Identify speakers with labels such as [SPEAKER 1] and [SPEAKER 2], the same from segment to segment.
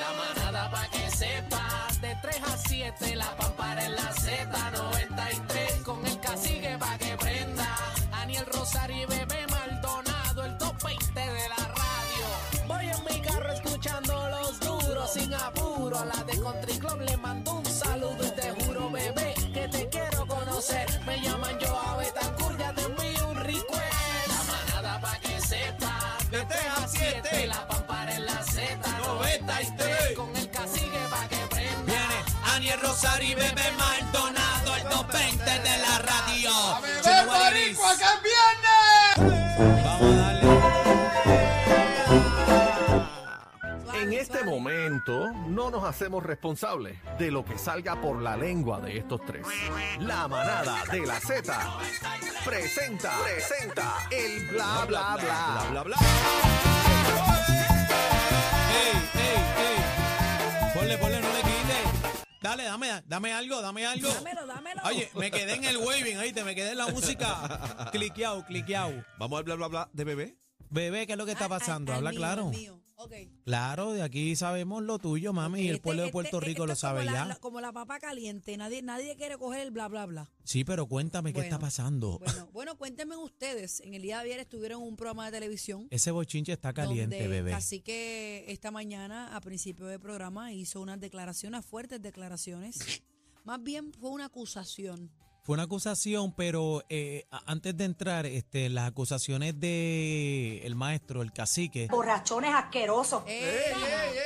[SPEAKER 1] La manada pa' que sepas, de 3 a 7, la pampara en la Z93, con el cacique pa' que prenda, Aniel Rosario y Bebé Maldonado, el top 20 de la radio. Voy en mi carro escuchando los duros, sin apuro, a la de Country Club le mando un saludo y te juro, bebé, que te quiero conocer. Me llaman yo a Betancourt, ya te envío un request. La manada pa' que sepas, de 3 a 7, la pampara en la Z93, con el cacique pa' que prenda.
[SPEAKER 2] Viene Aniel Rosario y Bebe Maldonado, el 220 de la radio. You know what it is.
[SPEAKER 3] que es viernes!
[SPEAKER 2] Vamos a darle.
[SPEAKER 4] En este momento no nos hacemos responsables de lo que salga por la lengua de estos tres. La manada de la Z presenta, presenta el bla bla bla.
[SPEAKER 2] bla, bla. Ey, ey, ey. Ponle, ponle, no le quites. Dale, dame, dame algo, dame algo.
[SPEAKER 5] Dámelo, dámelo.
[SPEAKER 2] Oye, me quedé en el waving, ahí te me quedé en la música. cliqueado, cliqueado.
[SPEAKER 6] Vamos al bla bla bla de bebé.
[SPEAKER 2] Bebé, ¿qué es lo que está
[SPEAKER 5] Al- al-
[SPEAKER 2] pasando?
[SPEAKER 5] al
[SPEAKER 2] Habla
[SPEAKER 5] mío,
[SPEAKER 2] claro.
[SPEAKER 5] al mío. Ok.
[SPEAKER 2] Claro, de aquí sabemos lo tuyo, mami, y el
[SPEAKER 5] Este-
[SPEAKER 2] pueblo de
[SPEAKER 5] este-
[SPEAKER 2] Puerto
[SPEAKER 5] este-
[SPEAKER 2] Rico
[SPEAKER 5] esto
[SPEAKER 2] lo
[SPEAKER 5] es como
[SPEAKER 2] sabe
[SPEAKER 5] la-
[SPEAKER 2] ya.
[SPEAKER 5] la- como la papa caliente, nadie, nadie quiere coger el bla, bla, bla.
[SPEAKER 2] Sí, pero cuéntame qué está
[SPEAKER 5] Bueno,
[SPEAKER 2] pasando.
[SPEAKER 5] Bueno, bueno, cuéntenme ustedes. En el día de ayer estuvieron en un programa de televisión.
[SPEAKER 2] Ese bochinche está caliente, bebé.
[SPEAKER 5] Así que esta mañana, a principio del programa, hizo unas declaraciones, unas fuertes declaraciones. Más bien fue una acusación.
[SPEAKER 2] Fue una acusación, pero eh, a- antes de entrar, este, las acusaciones de el maestro, el cacique.
[SPEAKER 7] borrachones asquerosos.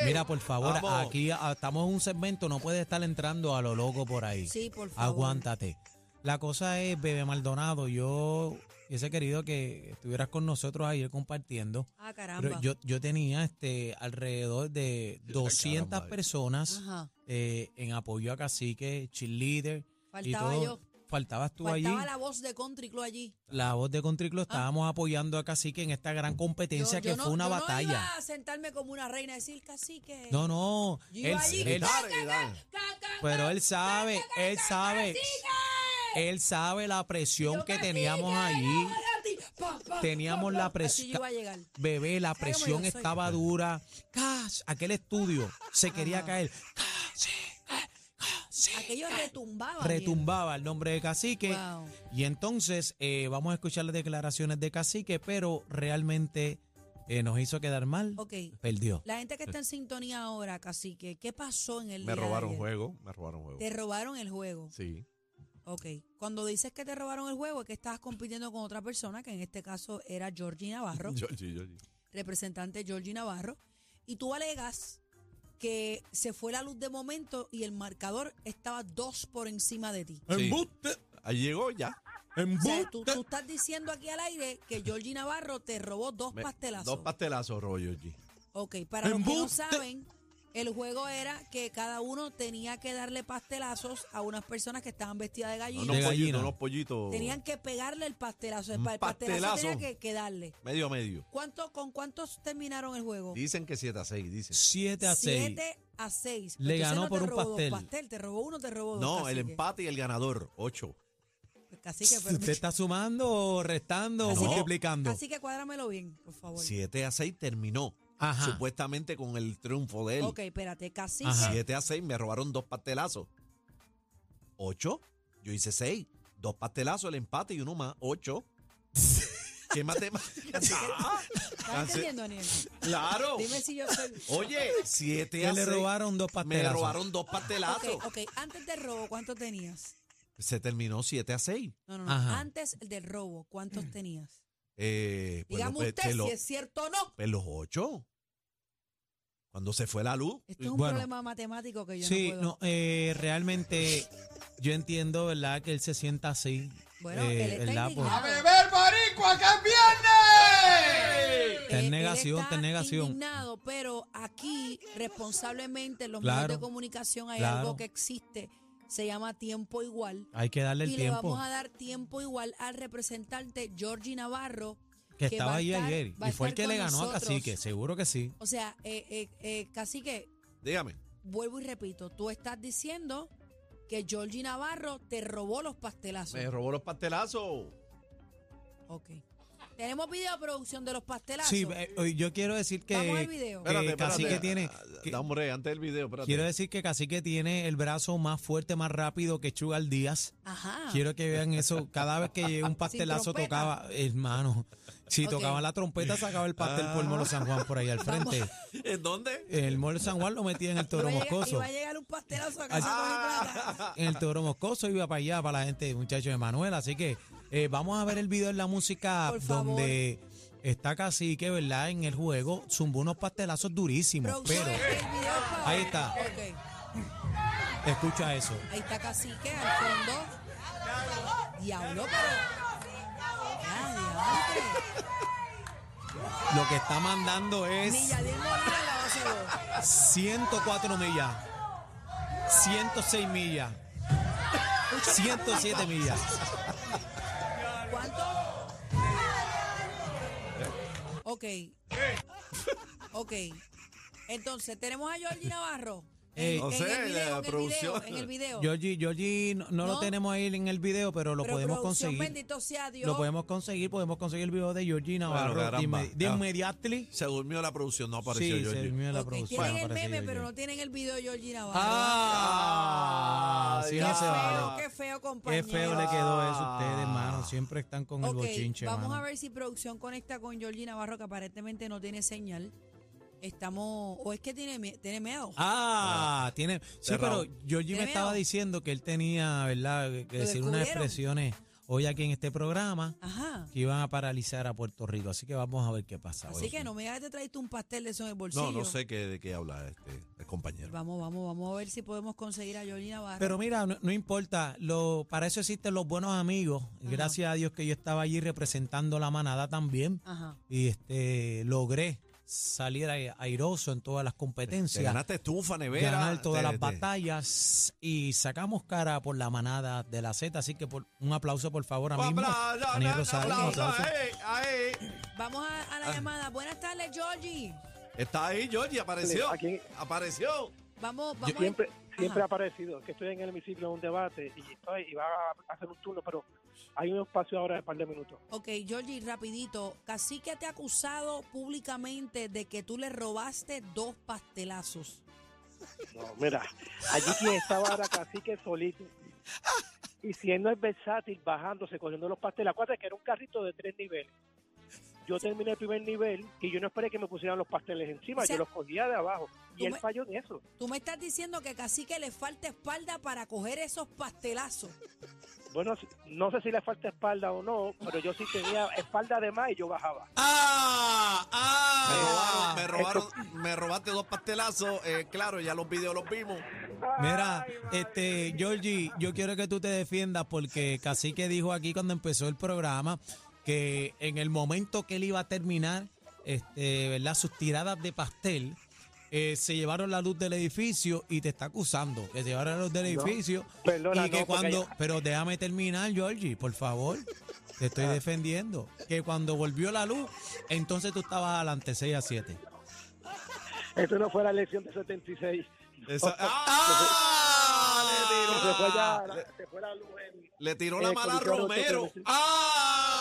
[SPEAKER 2] Mira, por favor,
[SPEAKER 6] Vamos.
[SPEAKER 2] aquí ah, estamos en un segmento, no puedes estar entrando a lo loco por ahí.
[SPEAKER 5] Sí, por favor.
[SPEAKER 2] Aguántate. La cosa es, Bebe Maldonado, yo hubiese querido que estuvieras con nosotros ayer compartiendo.
[SPEAKER 5] Ah,
[SPEAKER 2] Pero
[SPEAKER 5] caramba.
[SPEAKER 2] yo, yo tenía este alrededor de 200
[SPEAKER 6] caramba.
[SPEAKER 2] personas
[SPEAKER 5] Ajá.
[SPEAKER 2] eh, en apoyo a Cacique, cheerleader. y
[SPEAKER 5] Faltaba
[SPEAKER 2] todo.
[SPEAKER 5] yo.
[SPEAKER 2] Faltabas tú
[SPEAKER 5] Faltaba
[SPEAKER 2] allí. La...
[SPEAKER 5] Pues, la voz de Country Club allí.
[SPEAKER 2] voz de Contriclo estábamos apoyando a Cacique en esta gran competencia que
[SPEAKER 5] no-
[SPEAKER 2] fue una
[SPEAKER 5] Ah. yo No
[SPEAKER 2] batalla.
[SPEAKER 5] iba a sentarme como una reina y decir cacique.
[SPEAKER 2] No, no.
[SPEAKER 5] Yo iba
[SPEAKER 2] él-
[SPEAKER 5] allí,
[SPEAKER 2] él-
[SPEAKER 5] "Ca, ca,
[SPEAKER 6] dale.
[SPEAKER 5] ca, ca, ca,
[SPEAKER 2] pero él
[SPEAKER 5] ca,
[SPEAKER 2] sabe,
[SPEAKER 5] ca, ca,
[SPEAKER 2] él
[SPEAKER 5] ca,
[SPEAKER 2] sabe.
[SPEAKER 5] cacique".
[SPEAKER 2] Él sabe la presión
[SPEAKER 5] Yo,
[SPEAKER 2] que
[SPEAKER 5] "Cacique,
[SPEAKER 2] teníamos
[SPEAKER 5] ahora
[SPEAKER 2] allí.
[SPEAKER 5] a ti". Pa, pa,
[SPEAKER 2] Teníamos
[SPEAKER 5] pa,
[SPEAKER 2] la
[SPEAKER 5] pa. Así
[SPEAKER 2] presión.
[SPEAKER 5] yo iba a llegar.
[SPEAKER 2] Bebé, la
[SPEAKER 5] Cállame, yo
[SPEAKER 2] presión
[SPEAKER 5] soy. Ah,
[SPEAKER 2] estaba dura. ¡Cas! Aquel estudio se quería
[SPEAKER 5] Ajá.
[SPEAKER 2] caer. ¡Cacique! ¡Cacique!
[SPEAKER 5] Aquello retumbaba.
[SPEAKER 2] retumbaba el nombre de cacique.
[SPEAKER 5] Wow.
[SPEAKER 2] Y entonces eh, vamos a escuchar las declaraciones de cacique, pero realmente eh, nos hizo quedar mal.
[SPEAKER 5] mierda. Ok.
[SPEAKER 2] Perdió.
[SPEAKER 5] La gente que está en sintonía ahora, cacique, ¿qué pasó en el
[SPEAKER 6] Me
[SPEAKER 5] día de
[SPEAKER 6] robaron
[SPEAKER 5] ayer?
[SPEAKER 6] juego, me robaron juego.
[SPEAKER 5] Te robaron el juego.
[SPEAKER 6] Sí.
[SPEAKER 5] Ok. Cuando dices que te robaron el juego, es que estabas compitiendo con otra persona, que en este caso era Georgie Navarro.
[SPEAKER 6] Georgie, Georgie.
[SPEAKER 5] representante Georgie Navarro, y tú alegas que se fue la luz de momento y el marcador estaba dos por encima de ti.
[SPEAKER 6] Sí.
[SPEAKER 2] Embuste.
[SPEAKER 6] Ahí llegó ya.
[SPEAKER 5] O sea, tú, tú estás diciendo aquí al aire que Georgie Navarro te robó dos
[SPEAKER 6] Me-
[SPEAKER 5] pastelazos.
[SPEAKER 6] Dos pastelazos, rollo, Georgie.
[SPEAKER 5] ok, para los que no
[SPEAKER 2] Embuste.
[SPEAKER 5] saben, el juego era que cada uno tenía que darle pastelazos a unas personas que estaban vestidas de
[SPEAKER 6] No,
[SPEAKER 5] gallina.
[SPEAKER 6] no,
[SPEAKER 2] De gallina.
[SPEAKER 6] pollito, no, pollito.
[SPEAKER 5] Tenían que pegarle el pastelazo. El,
[SPEAKER 6] Un
[SPEAKER 5] pa- el pastelazo,
[SPEAKER 6] pastelazo.
[SPEAKER 5] tenía que, que darle.
[SPEAKER 6] Medio a medio.
[SPEAKER 5] ¿Cuánto, ¿Con cuántos terminaron el juego?
[SPEAKER 6] Dicen que 7 a 6, dicen.
[SPEAKER 2] 7 a 6.
[SPEAKER 5] 7 a 6.
[SPEAKER 2] Le ganó por un pastel.
[SPEAKER 5] Te robó uno, te robó dos.
[SPEAKER 6] No, el
[SPEAKER 5] cacique.
[SPEAKER 6] empate y el ganador, 8.
[SPEAKER 5] Pues, Cacique, pero-
[SPEAKER 2] ¿Usted está sumando, o restando, o
[SPEAKER 6] Cacique.
[SPEAKER 2] multiplicando?
[SPEAKER 5] Cacique, cuádramelo bien, por favor.
[SPEAKER 6] 7 a 6 terminó.
[SPEAKER 2] Ajá.
[SPEAKER 6] Supuestamente con el triunfo de él.
[SPEAKER 5] Ok, espérate. Cacique,
[SPEAKER 2] Ajá.
[SPEAKER 6] 7 a 6, me robaron dos pastelazos. 8. Yo hice 6. Dos pastelazos, el empate y uno más. 8. ¿Qué matemática? Ah.
[SPEAKER 5] ¿estás entendiendo, Daniel?
[SPEAKER 6] Claro.
[SPEAKER 5] Dime si yo soy...
[SPEAKER 6] Oye, 7
[SPEAKER 2] Que
[SPEAKER 6] a
[SPEAKER 2] le
[SPEAKER 6] 6.
[SPEAKER 2] robaron dos
[SPEAKER 6] Me
[SPEAKER 2] pastelazos.
[SPEAKER 6] robaron dos pastelazos.
[SPEAKER 5] Ok, ok, antes del robo, ¿cuántos tenías?
[SPEAKER 6] Se terminó 7 a 6.
[SPEAKER 5] No, no, no.
[SPEAKER 2] Ajá.
[SPEAKER 5] Antes del robo, ¿cuántos tenías?
[SPEAKER 6] Eh, pues,
[SPEAKER 5] Dígame
[SPEAKER 6] pues,
[SPEAKER 5] usted
[SPEAKER 6] pues,
[SPEAKER 5] si
[SPEAKER 6] lo-
[SPEAKER 5] es cierto o no.
[SPEAKER 6] pues, los 8. Cuando se fue la luz.
[SPEAKER 5] Esto es un
[SPEAKER 2] Bueno.
[SPEAKER 5] problema matemático que yo
[SPEAKER 2] Sí,
[SPEAKER 5] no puedo.
[SPEAKER 2] no, eh, realmente yo entiendo, ¿verdad? Que él se sienta así.
[SPEAKER 5] Bueno,
[SPEAKER 2] eh,
[SPEAKER 5] él está
[SPEAKER 2] ¿verdad? Por-
[SPEAKER 3] ¡A
[SPEAKER 5] indignado.
[SPEAKER 3] beber boricua que es viernes!
[SPEAKER 2] Está en
[SPEAKER 5] Eh, él
[SPEAKER 2] negación, está en negación.
[SPEAKER 5] indignado, pero aquí responsablemente en los
[SPEAKER 2] Claro,
[SPEAKER 5] medios de comunicación hay
[SPEAKER 2] claro.
[SPEAKER 5] algo que existe, se llama tiempo igual.
[SPEAKER 2] hay que darle el
[SPEAKER 5] y le
[SPEAKER 2] tiempo.
[SPEAKER 5] vamos a dar tiempo igual al representante Georgie Navarro.
[SPEAKER 2] que,
[SPEAKER 5] que
[SPEAKER 2] estaba
[SPEAKER 5] va a
[SPEAKER 2] ahí
[SPEAKER 5] estar-
[SPEAKER 2] ayer.
[SPEAKER 5] va a
[SPEAKER 2] Y fue el
[SPEAKER 5] estar
[SPEAKER 2] que le
[SPEAKER 5] con
[SPEAKER 2] ganó a
[SPEAKER 5] nosotros.
[SPEAKER 2] Cacique, seguro que sí.
[SPEAKER 5] O sea, eh, eh, eh, casi que,
[SPEAKER 6] Dígame.
[SPEAKER 5] vuelvo y repito, tú estás diciendo que Georgie Navarro te robó los pastelazos.
[SPEAKER 6] Me robó los pastelazos.
[SPEAKER 5] Ok. Tenemos video de producción de los pastelazos.
[SPEAKER 2] Sí, eh, eh, yo quiero decir que,
[SPEAKER 5] Vamos al video.
[SPEAKER 2] que Cacique tiene...
[SPEAKER 6] Ah,
[SPEAKER 2] que-
[SPEAKER 6] Da, hombre, antes del video, espérate.
[SPEAKER 2] quiero decir que Cacique tiene el brazo más fuerte, más rápido que Chugal Díaz.
[SPEAKER 5] Ajá.
[SPEAKER 2] Quiero que vean eso. Cada vez que un pastelazo
[SPEAKER 5] Ah. trompeta.
[SPEAKER 2] tocaba, hermano, si
[SPEAKER 5] Ok.
[SPEAKER 2] tocaba la trompeta, sacaba el pastel por el Molo San Juan por ahí al frente.
[SPEAKER 6] ¿En dónde?
[SPEAKER 2] El Molo San Juan lo metía en el
[SPEAKER 5] Iba
[SPEAKER 2] toro
[SPEAKER 5] a llegar-
[SPEAKER 2] moscoso. Ah.
[SPEAKER 5] Iba a llegar un pastelazo a casa con mi plata.
[SPEAKER 2] En el toro moscoso iba para allá, para la gente, muchachos de Manuel. Así que eh, vamos a ver el video en la música
[SPEAKER 5] Por favor.
[SPEAKER 2] donde está Cacique, ¿verdad? En el juego, zumbó unos pastelazos durísimos.
[SPEAKER 5] Producción,
[SPEAKER 2] Pero
[SPEAKER 5] el video, por favor.
[SPEAKER 2] Ahí está.
[SPEAKER 5] Ok,
[SPEAKER 2] escucha eso.
[SPEAKER 5] Ahí está Cacique al fondo. Diablo, pero. Ya, diantre.
[SPEAKER 2] Lo que está mandando
[SPEAKER 5] Ni
[SPEAKER 2] es
[SPEAKER 5] Yadier Molina en la base de voz.
[SPEAKER 2] 104 millas, 106 millas, 107 millas.
[SPEAKER 5] ¿Cuánto? Ok. Ok. Entonces, tenemos a Georgie Navarro.
[SPEAKER 2] Eh,
[SPEAKER 6] No sé, la
[SPEAKER 5] en el
[SPEAKER 6] producción.
[SPEAKER 5] video, en el video.
[SPEAKER 2] Georgie, Georgie no, no
[SPEAKER 5] No.
[SPEAKER 2] lo tenemos ahí en el video, pero lo
[SPEAKER 5] Pero
[SPEAKER 2] podemos
[SPEAKER 5] producción,
[SPEAKER 2] conseguir.
[SPEAKER 5] Bendito sea Dios.
[SPEAKER 2] Lo podemos conseguir, podemos conseguir el video de Georgie Navarro
[SPEAKER 6] caramba,
[SPEAKER 2] de inme- de
[SPEAKER 6] ya.
[SPEAKER 2] inmediately.
[SPEAKER 6] Se durmió la producción, no apareció
[SPEAKER 2] sí,
[SPEAKER 6] yo.
[SPEAKER 2] se
[SPEAKER 6] yo.
[SPEAKER 2] durmió en la
[SPEAKER 5] Ok,
[SPEAKER 2] producción.
[SPEAKER 5] Tienen el
[SPEAKER 2] apareció
[SPEAKER 5] meme,
[SPEAKER 2] Georgie.
[SPEAKER 5] pero no tienen el video de Georgie Navarro.
[SPEAKER 2] Ah,
[SPEAKER 6] Ay,
[SPEAKER 2] sí,
[SPEAKER 5] qué
[SPEAKER 2] no se
[SPEAKER 5] feo,
[SPEAKER 2] vale.
[SPEAKER 5] qué feo,
[SPEAKER 2] Qué
[SPEAKER 5] compañero.
[SPEAKER 2] feo le quedó eso a ustedes, hermano. Siempre están con el
[SPEAKER 5] Ok,
[SPEAKER 2] bochinche,
[SPEAKER 5] vamos
[SPEAKER 2] mano.
[SPEAKER 5] a ver si producción conecta con Georgie Navarro, que aparentemente no tiene señal. Estamos, o es que tiene, mie- tiene miedo.
[SPEAKER 2] Ah, tiene. Sí,
[SPEAKER 6] Cerrado.
[SPEAKER 2] pero Georgie me
[SPEAKER 5] Tenemos.
[SPEAKER 2] estaba diciendo que él tenía, ¿verdad? Que
[SPEAKER 5] Lo
[SPEAKER 2] decir unas
[SPEAKER 5] descubrieron. Ah.
[SPEAKER 2] expresiones hoy aquí en este programa
[SPEAKER 5] Ajá.
[SPEAKER 2] que iban a paralizar a Puerto Rico. Así que vamos a ver qué pasa.
[SPEAKER 5] Así
[SPEAKER 2] hoy.
[SPEAKER 5] que no me digas que te trajiste un pastel de eso en el bolsillo.
[SPEAKER 6] No, no sé qué, de qué habla este el compañero.
[SPEAKER 5] Vamos, vamos, vamos a ver si podemos conseguir a Georgie Navarro.
[SPEAKER 2] Pero mira, no, no importa, lo, para eso existen los buenos amigos.
[SPEAKER 5] Ajá.
[SPEAKER 2] Gracias a Dios que yo estaba allí representando la manada también
[SPEAKER 5] Ajá.
[SPEAKER 2] y este logré salir ai- airoso en todas las
[SPEAKER 6] Te
[SPEAKER 2] competencias,
[SPEAKER 6] ganaste estufa, nevera.
[SPEAKER 2] ganar todas
[SPEAKER 6] te-
[SPEAKER 2] las
[SPEAKER 6] te-
[SPEAKER 2] batallas y sacamos cara por la manada de la Z. Así que por, un aplauso por favor a
[SPEAKER 6] Un
[SPEAKER 2] mí mismo.
[SPEAKER 6] aplauso, eh.
[SPEAKER 2] Daniel
[SPEAKER 6] un
[SPEAKER 2] Rosario, un
[SPEAKER 6] aplauso,
[SPEAKER 2] aplauso.
[SPEAKER 6] ahí, ahí.
[SPEAKER 5] Vamos a, a la llamada. Buenas tardes, Georgie.
[SPEAKER 6] Está ahí, Georgie, apareció.
[SPEAKER 7] Aquí
[SPEAKER 6] Apareció.
[SPEAKER 5] Vamos, vamos.
[SPEAKER 7] siempre, siempre
[SPEAKER 5] Ajá.
[SPEAKER 7] ha aparecido. Es que estoy en el hemiciclo en un debate y estoy y va a hacer un turno, pero hay un espacio ahora de par de minutos.
[SPEAKER 5] Ok, Georgie, rapidito. Cacique te ha acusado públicamente de que tú le robaste dos pastelazos.
[SPEAKER 7] No, mira, allí quien estaba era cacique solito. Y siendo el versátil, bajándose, cogiendo los pasteles. Acuérdate que era un carrito de tres niveles. Yo terminé el primer nivel y yo no esperé que me pusieran los pasteles encima.
[SPEAKER 5] O sea,
[SPEAKER 7] yo los cogía de abajo.
[SPEAKER 5] tú
[SPEAKER 7] Y él
[SPEAKER 5] me-
[SPEAKER 7] falló en eso.
[SPEAKER 5] Tú me estás diciendo que Cacique le falta espalda para coger esos pastelazos.
[SPEAKER 7] Bueno, si- no sé si le falta espalda o no, pero yo sí tenía espalda de más y yo bajaba.
[SPEAKER 2] Ah,
[SPEAKER 6] Me robaron,
[SPEAKER 2] ah.
[SPEAKER 6] me robaron, me robaste dos pastelazos. eh, claro, ya los videos los vimos.
[SPEAKER 2] Mira, este, Georgie, yo quiero que tú te defiendas porque Cacique dijo aquí cuando empezó el programa que en el momento que él iba a terminar, este, ¿verdad? Sus tiradas de pastel, eh, se llevaron la luz del edificio y te está acusando que se llevaron la luz del
[SPEAKER 7] No,
[SPEAKER 2] edificio
[SPEAKER 7] perdona,
[SPEAKER 2] y que
[SPEAKER 7] no, porque
[SPEAKER 2] cuando,
[SPEAKER 7] hay-
[SPEAKER 2] pero déjame terminar, Georgie, por favor. Te estoy
[SPEAKER 7] Ah.
[SPEAKER 2] defendiendo. Que cuando volvió la luz, entonces tú estabas adelante 6 a 7.
[SPEAKER 7] Eso no fue la elección de 76.
[SPEAKER 6] Esa- ¡Ah!
[SPEAKER 7] Se fue ya,
[SPEAKER 6] Le tiró,
[SPEAKER 7] se fue la luz en-
[SPEAKER 6] le tiró la
[SPEAKER 7] Eh,
[SPEAKER 6] mala a
[SPEAKER 7] Coliseo
[SPEAKER 6] Romero.
[SPEAKER 7] Roto,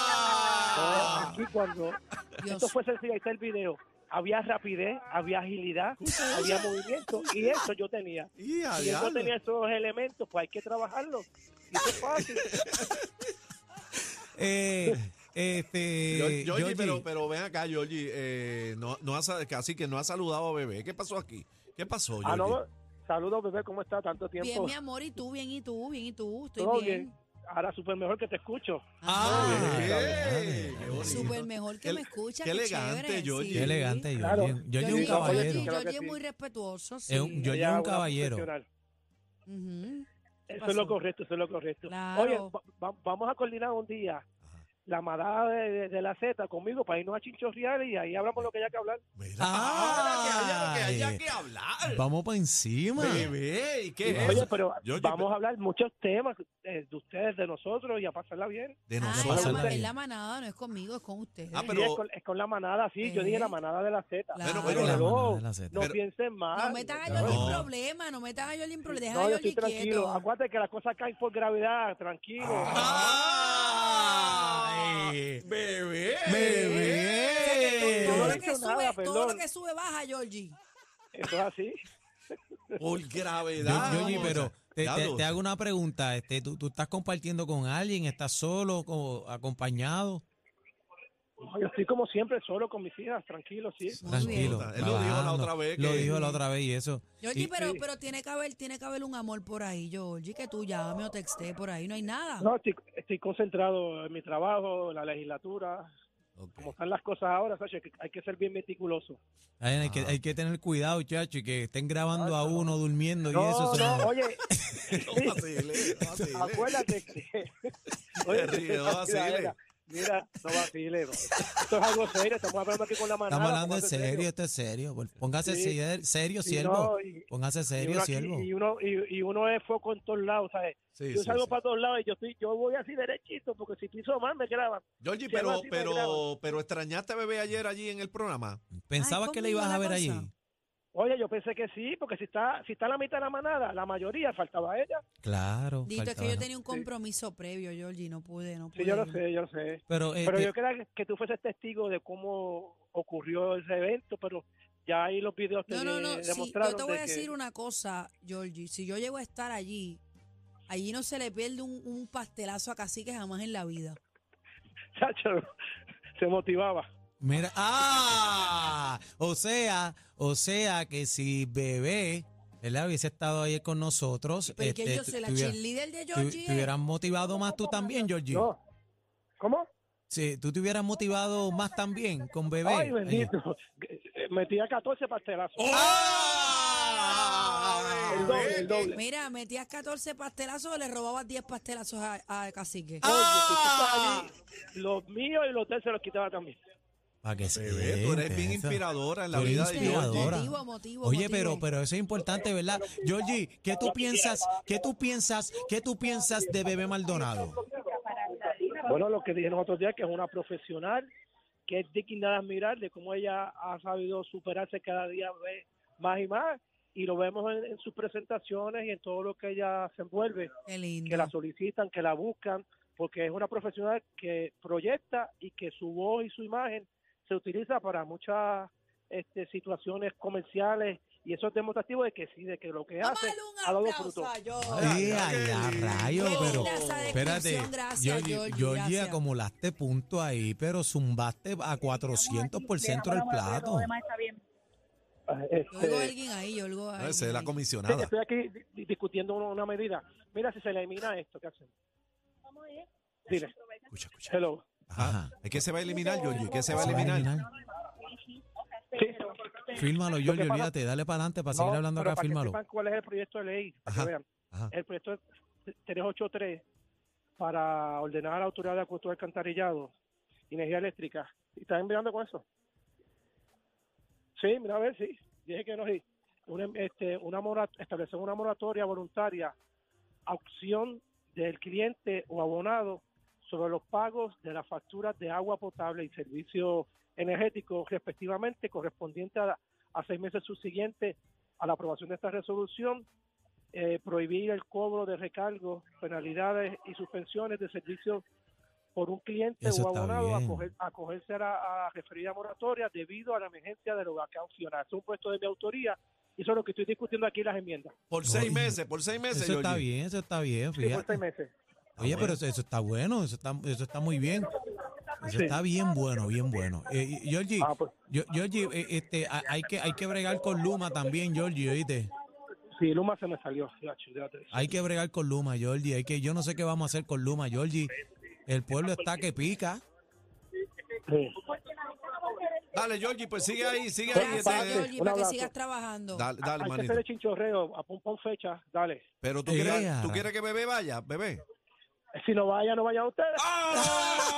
[SPEAKER 6] ¡Ah!
[SPEAKER 7] Aquí cuando
[SPEAKER 5] Dios.
[SPEAKER 7] esto fue sencillo, ahí está el video. Había rapidez, había agilidad, había movimiento y eso yo tenía.
[SPEAKER 6] Y
[SPEAKER 5] Ah,
[SPEAKER 6] a
[SPEAKER 7] Si yo
[SPEAKER 6] diablo.
[SPEAKER 7] tenía esos elementos, pues hay que trabajarlo. Y eso es fácil.
[SPEAKER 2] Eh, este,
[SPEAKER 6] Georgie,
[SPEAKER 2] Georgie,
[SPEAKER 6] pero, pero ven acá, Georgie. eh, no, no ha, sa- casi que no ha saludado a bebé. ¿Qué pasó aquí? ¿Qué pasó, Georgie?
[SPEAKER 7] Ah, no, saludos, bebé, ¿cómo está? Tanto
[SPEAKER 5] Bien,
[SPEAKER 7] tiempo.
[SPEAKER 5] mi amor, y tú, bien, y tú, bien, y tú. Estoy
[SPEAKER 7] Todo
[SPEAKER 5] bien.
[SPEAKER 7] bien. Ahora súper mejor que te escucho.
[SPEAKER 2] Ah,
[SPEAKER 6] Bien,
[SPEAKER 2] dale,
[SPEAKER 6] qué
[SPEAKER 2] dale.
[SPEAKER 6] bonito.
[SPEAKER 5] Súper mejor que
[SPEAKER 6] Qué-
[SPEAKER 5] me escucha.
[SPEAKER 6] qué elegante,
[SPEAKER 5] chévere,
[SPEAKER 6] Georgie.
[SPEAKER 2] Qué elegante, Georgie.
[SPEAKER 7] Claro.
[SPEAKER 2] Georgie es un
[SPEAKER 7] Georgie,
[SPEAKER 2] caballero.
[SPEAKER 7] Georgie. Claro que
[SPEAKER 5] Georgie es
[SPEAKER 7] sí.
[SPEAKER 5] muy respetuoso, sí.
[SPEAKER 2] Es un- Georgie
[SPEAKER 7] Ella
[SPEAKER 2] es un
[SPEAKER 7] una
[SPEAKER 2] caballero.
[SPEAKER 7] profesional.
[SPEAKER 5] Ujú.
[SPEAKER 7] Eso
[SPEAKER 5] pasó?
[SPEAKER 7] es lo correcto, eso es lo correcto.
[SPEAKER 5] Claro.
[SPEAKER 7] Oye, va- va- vamos a coordinar un día
[SPEAKER 6] Ajá.
[SPEAKER 7] la manada de, de- de la Z conmigo para irnos a Chinchorreal y ahí hablamos lo que haya que hablar.
[SPEAKER 6] Mira,
[SPEAKER 2] Ah.
[SPEAKER 6] ahora que haya, que haya que hablar.
[SPEAKER 2] Vamos para encima.
[SPEAKER 6] Bebé, ¿y qué es
[SPEAKER 7] Oye,
[SPEAKER 6] eso?
[SPEAKER 7] pero
[SPEAKER 6] Yo- yo-
[SPEAKER 7] vamos a hablar muchos temas eh, de ustedes, de nosotros y a pasarla bien.
[SPEAKER 6] De
[SPEAKER 5] Ah,
[SPEAKER 2] Vamos a
[SPEAKER 5] es la,
[SPEAKER 2] hacerla
[SPEAKER 6] nosotros.
[SPEAKER 5] ma- es
[SPEAKER 2] bien.
[SPEAKER 5] la manada, no es conmigo, es con ustedes.
[SPEAKER 6] Ah,
[SPEAKER 7] Sí,
[SPEAKER 6] pero-
[SPEAKER 7] es, con, es con la manada, sí. Yo
[SPEAKER 5] Eh.
[SPEAKER 7] dije la manada de la Z.
[SPEAKER 5] Claro.
[SPEAKER 6] Bueno,
[SPEAKER 7] Pero
[SPEAKER 6] bueno, la
[SPEAKER 7] no,
[SPEAKER 2] manada de la Z.
[SPEAKER 7] no
[SPEAKER 6] Pero-
[SPEAKER 7] piensen mal.
[SPEAKER 5] no metan a
[SPEAKER 7] No,
[SPEAKER 5] Yoli en
[SPEAKER 6] No.
[SPEAKER 5] problema, no metan a Yoli en problema. Deja
[SPEAKER 7] yo
[SPEAKER 5] a Yoli
[SPEAKER 7] estoy tranquilo.
[SPEAKER 5] quieto.
[SPEAKER 7] Acuérdate que las cosas caen por gravedad, tranquilo.
[SPEAKER 6] Ah,
[SPEAKER 2] Bebé.
[SPEAKER 8] Bebé.
[SPEAKER 5] Eh, O sea,
[SPEAKER 2] Bebé.
[SPEAKER 5] que todo, todo lo
[SPEAKER 7] Bebé.
[SPEAKER 5] que
[SPEAKER 7] Nada,
[SPEAKER 5] sube, todo lo
[SPEAKER 7] perdón.
[SPEAKER 5] que sube baja, Georgie.
[SPEAKER 7] Eso es así.
[SPEAKER 6] Por gravedad.
[SPEAKER 2] Yo- Yoyi, pero te, te-
[SPEAKER 6] Diablo.
[SPEAKER 2] te hago una pregunta. Este, ¿tú, tú estás compartiendo con alguien? ¿Estás solo o acompañado?
[SPEAKER 7] Yo estoy como siempre, solo con mis hijas, tranquilo, sí.
[SPEAKER 5] Muy
[SPEAKER 2] Tranquilo.
[SPEAKER 5] bien.
[SPEAKER 6] Él lo dijo la
[SPEAKER 2] trabajando.
[SPEAKER 6] otra vez
[SPEAKER 2] Lo
[SPEAKER 6] que-
[SPEAKER 2] dijo la otra vez y eso.
[SPEAKER 5] Georgie,
[SPEAKER 2] Y-
[SPEAKER 5] pero, pero tiene que haber, tiene que haber un amor por ahí, Georgie, que tú llame o texté por ahí, no hay nada.
[SPEAKER 7] No, estoy, estoy concentrado en mi trabajo, en la legislatura.
[SPEAKER 6] Ok.
[SPEAKER 7] Como están las cosas ahora, Sacho, hay que- hay que ser bien meticuloso.
[SPEAKER 2] Ay, hay,
[SPEAKER 6] Ah.
[SPEAKER 2] que, hay que tener cuidado, chacho, y que estén grabando a uno durmiendo y eso. eso
[SPEAKER 7] no,
[SPEAKER 2] no-
[SPEAKER 7] oye,
[SPEAKER 6] No vacile, no vacile.
[SPEAKER 7] acuérdate que...
[SPEAKER 6] Te ríes, no vacile.
[SPEAKER 7] Mira, no vacile. bro. Esto es algo serio, estamos hablando aquí con la manada.
[SPEAKER 2] Estamos hablando en
[SPEAKER 7] póngase
[SPEAKER 2] serio, esto es serio. por- Póngase
[SPEAKER 7] Sí.
[SPEAKER 2] ser- serio,
[SPEAKER 7] Y
[SPEAKER 2] siervo.
[SPEAKER 7] no, y-
[SPEAKER 2] Póngase
[SPEAKER 7] y uno
[SPEAKER 2] serio,
[SPEAKER 7] aquí-
[SPEAKER 2] siervo.
[SPEAKER 7] Y uno, y, y uno es foco en todos lados, ¿sabes?
[SPEAKER 6] Sí,
[SPEAKER 7] yo
[SPEAKER 6] sí,
[SPEAKER 7] salgo
[SPEAKER 6] sí.
[SPEAKER 7] para todos lados y yo, estoy, yo voy así derechito, porque si piso mal me graban.
[SPEAKER 6] Georgie,
[SPEAKER 7] Si
[SPEAKER 6] pero,
[SPEAKER 7] algo así me
[SPEAKER 6] pero,
[SPEAKER 7] graban.
[SPEAKER 6] pero extrañaste a bebé ayer allí en el programa.
[SPEAKER 2] Pensabas
[SPEAKER 5] Ay,
[SPEAKER 2] que le
[SPEAKER 5] ¿cómo
[SPEAKER 2] ibas
[SPEAKER 5] iba
[SPEAKER 2] a
[SPEAKER 5] la
[SPEAKER 2] ver allí.
[SPEAKER 5] cosa?
[SPEAKER 7] Oye, yo pensé que sí, porque si está si está la mitad de la manada, la mayoría faltaba ella.
[SPEAKER 2] Claro.
[SPEAKER 5] Dito, es que
[SPEAKER 2] faltaba-
[SPEAKER 5] yo tenía un compromiso previo, Georgie, no pude, no pude.
[SPEAKER 7] Sí, yo lo
[SPEAKER 5] ir.
[SPEAKER 7] sé, yo lo sé.
[SPEAKER 2] Pero, eh,
[SPEAKER 7] Pero
[SPEAKER 2] te-
[SPEAKER 7] yo quería que tú fueses testigo de cómo ocurrió ese evento, pero ya ahí los videos te
[SPEAKER 5] No, no, no.
[SPEAKER 7] eh,
[SPEAKER 5] sí,
[SPEAKER 7] demostraron
[SPEAKER 5] yo te voy
[SPEAKER 7] de
[SPEAKER 5] a
[SPEAKER 7] que-
[SPEAKER 5] decir una cosa, Georgie. Si yo llego a estar allí, allí no se le pierde un, un pastelazo a cacique jamás en la vida.
[SPEAKER 7] Chacho, se motivaba.
[SPEAKER 2] Mira, ah, o sea, o sea que si bebé, ¿verdad? Hubiese estado ahí con nosotros,
[SPEAKER 5] Porque
[SPEAKER 2] este,
[SPEAKER 5] yo
[SPEAKER 2] tu-
[SPEAKER 5] soy la
[SPEAKER 2] tuviera-
[SPEAKER 5] cheerleader de
[SPEAKER 2] tu-
[SPEAKER 5] Georgie.
[SPEAKER 2] te hubieran motivado más tú también, Georgie.
[SPEAKER 7] No. ¿Cómo?
[SPEAKER 2] Sí, tú te hubieras motivado más también con bebé.
[SPEAKER 7] Ay, bendito. Eh, Metía 14 pastelazos.
[SPEAKER 6] ¡Ah!
[SPEAKER 7] El doble, el doble.
[SPEAKER 5] Mira, metías 14 pastelazos, le robabas 10 pastelazos a, a cacique.
[SPEAKER 2] Ah,
[SPEAKER 7] Oye, si tú estás allí, los míos y los de él se los quitaba también.
[SPEAKER 2] Para que se
[SPEAKER 6] Bebé, tú eres bien
[SPEAKER 2] eso.
[SPEAKER 6] inspiradora en la
[SPEAKER 2] Tú eres
[SPEAKER 6] vida de
[SPEAKER 2] inspiradora.
[SPEAKER 6] Georgie.
[SPEAKER 5] Motivo, motivo,
[SPEAKER 2] Oye,
[SPEAKER 5] motivo.
[SPEAKER 2] pero, pero eso es importante, ¿verdad? Georgie, ¿qué tú piensas, qué tú piensas, qué tú piensas de Bebé Maldonado?
[SPEAKER 7] Bueno, lo que dije los otros días que es una profesional, que es digna de admirar, de cómo ella ha sabido superarse cada día ve- más y más. Y lo vemos en, en sus presentaciones y en todo lo que ella se envuelve,
[SPEAKER 5] Qué
[SPEAKER 7] que
[SPEAKER 5] lindo.
[SPEAKER 7] la solicitan, que la buscan, porque es una profesional que proyecta y que su voz y su imagen se utiliza para muchas este, situaciones comerciales. Y eso es demostrativo de que sí, de que lo que
[SPEAKER 5] Vamos a
[SPEAKER 7] hace
[SPEAKER 5] darle
[SPEAKER 7] ha
[SPEAKER 5] un
[SPEAKER 7] dado
[SPEAKER 5] aplauso
[SPEAKER 7] fruto.
[SPEAKER 5] a
[SPEAKER 2] Ay,
[SPEAKER 5] Georgie.
[SPEAKER 2] ay, a rayos,
[SPEAKER 5] Qué
[SPEAKER 2] pero.
[SPEAKER 5] linda esa
[SPEAKER 2] Espérate,
[SPEAKER 5] descripción, gracias,
[SPEAKER 2] Georgie,
[SPEAKER 5] Georgie,
[SPEAKER 2] Georgie,
[SPEAKER 5] gracias.
[SPEAKER 2] acumulaste punto ahí, pero zumbaste a 400% del plato.
[SPEAKER 5] Yo oigo a
[SPEAKER 7] Este,
[SPEAKER 5] alguien ahí, yo oigo a
[SPEAKER 6] Eh, No, esa
[SPEAKER 5] alguien
[SPEAKER 6] es la
[SPEAKER 5] ahí.
[SPEAKER 7] Sí,
[SPEAKER 6] comisionada.
[SPEAKER 7] estoy aquí di- di- discutiendo una, una medida. Mira, si se elimina esto, ¿qué hacemos? Dile,
[SPEAKER 6] Escucha, escucha.
[SPEAKER 7] hello.
[SPEAKER 2] Ajá.
[SPEAKER 6] Es que se va a eliminar, Georgie. Que se va a
[SPEAKER 2] Se va a
[SPEAKER 6] eliminar.
[SPEAKER 2] eliminar.
[SPEAKER 7] Sí.
[SPEAKER 2] Fírmalo,
[SPEAKER 7] que
[SPEAKER 2] Georgie,
[SPEAKER 7] pasa-
[SPEAKER 2] olvídate, dale para adelante para seguir
[SPEAKER 7] No,
[SPEAKER 2] hablando
[SPEAKER 7] pero
[SPEAKER 2] acá,
[SPEAKER 7] para que
[SPEAKER 2] fírmalo.
[SPEAKER 7] sepan cuál es el proyecto de ley. para que
[SPEAKER 6] Ajá,
[SPEAKER 7] vean.
[SPEAKER 6] ajá.
[SPEAKER 7] El proyecto es 383 para ordenar a la autoridad de acuerdo alcantarillado y energía eléctrica. ¿Y están enviando con eso? Sí, mira, a ver, sí. Dije que no, sí. Una, este, una mora- establecer una moratoria voluntaria a opción del cliente o abonado sobre los pagos de las facturas de agua potable y servicios energéticos respectivamente correspondiente a, a seis meses subsiguientes a la aprobación de esta resolución eh, prohibir el cobro de recargos, penalidades y suspensiones de servicios por un cliente
[SPEAKER 2] Eso
[SPEAKER 7] o
[SPEAKER 2] está
[SPEAKER 7] abonado a
[SPEAKER 2] bien.
[SPEAKER 7] acoger- a acogerse a la a referida moratoria debido a la emergencia del huracán Fiona. Es un puesto de mi autoría y eso es lo que estoy discutiendo aquí en las enmiendas.
[SPEAKER 6] Por seis
[SPEAKER 2] Oye,
[SPEAKER 6] meses, por seis meses,
[SPEAKER 2] Eso está
[SPEAKER 6] Georgie.
[SPEAKER 2] bien, eso está bien,
[SPEAKER 7] Sí, por
[SPEAKER 2] fíjate.
[SPEAKER 7] seis meses.
[SPEAKER 2] Oye,
[SPEAKER 6] bueno.
[SPEAKER 2] pero eso, eso está bueno, eso está, eso está muy bien. Eso
[SPEAKER 7] Sí.
[SPEAKER 2] está bien bueno, bien bueno. Eh, y- Georgie,
[SPEAKER 7] Ah, pues.
[SPEAKER 2] Yo- Georgie, eh, este, a- hay que, hay que bregar con Luma también, Georgie, oíste.
[SPEAKER 7] Sí, Luma se me salió. Ya, chulete.
[SPEAKER 2] Hay que bregar con Luma, Georgie. Hay que, yo no sé qué vamos a hacer con Luma, Georgie. El pueblo está que pica.
[SPEAKER 7] Sí.
[SPEAKER 6] Dale, Georgie, pues sigue ahí, sigue ahí.
[SPEAKER 5] Gracias,
[SPEAKER 6] este-
[SPEAKER 5] Georgie,
[SPEAKER 7] Un
[SPEAKER 5] para que
[SPEAKER 7] abrazo.
[SPEAKER 5] sigas trabajando.
[SPEAKER 6] Dale, dale,
[SPEAKER 7] Hay que
[SPEAKER 6] manito.
[SPEAKER 7] hacer el chinchorreo, a pum, pon fecha, dale.
[SPEAKER 6] Pero tú
[SPEAKER 2] Eh,
[SPEAKER 6] quieres,
[SPEAKER 2] Ara.
[SPEAKER 6] tú quieres que bebé vaya, bebé.
[SPEAKER 7] Si no vaya, no vayan ustedes.
[SPEAKER 5] Pues,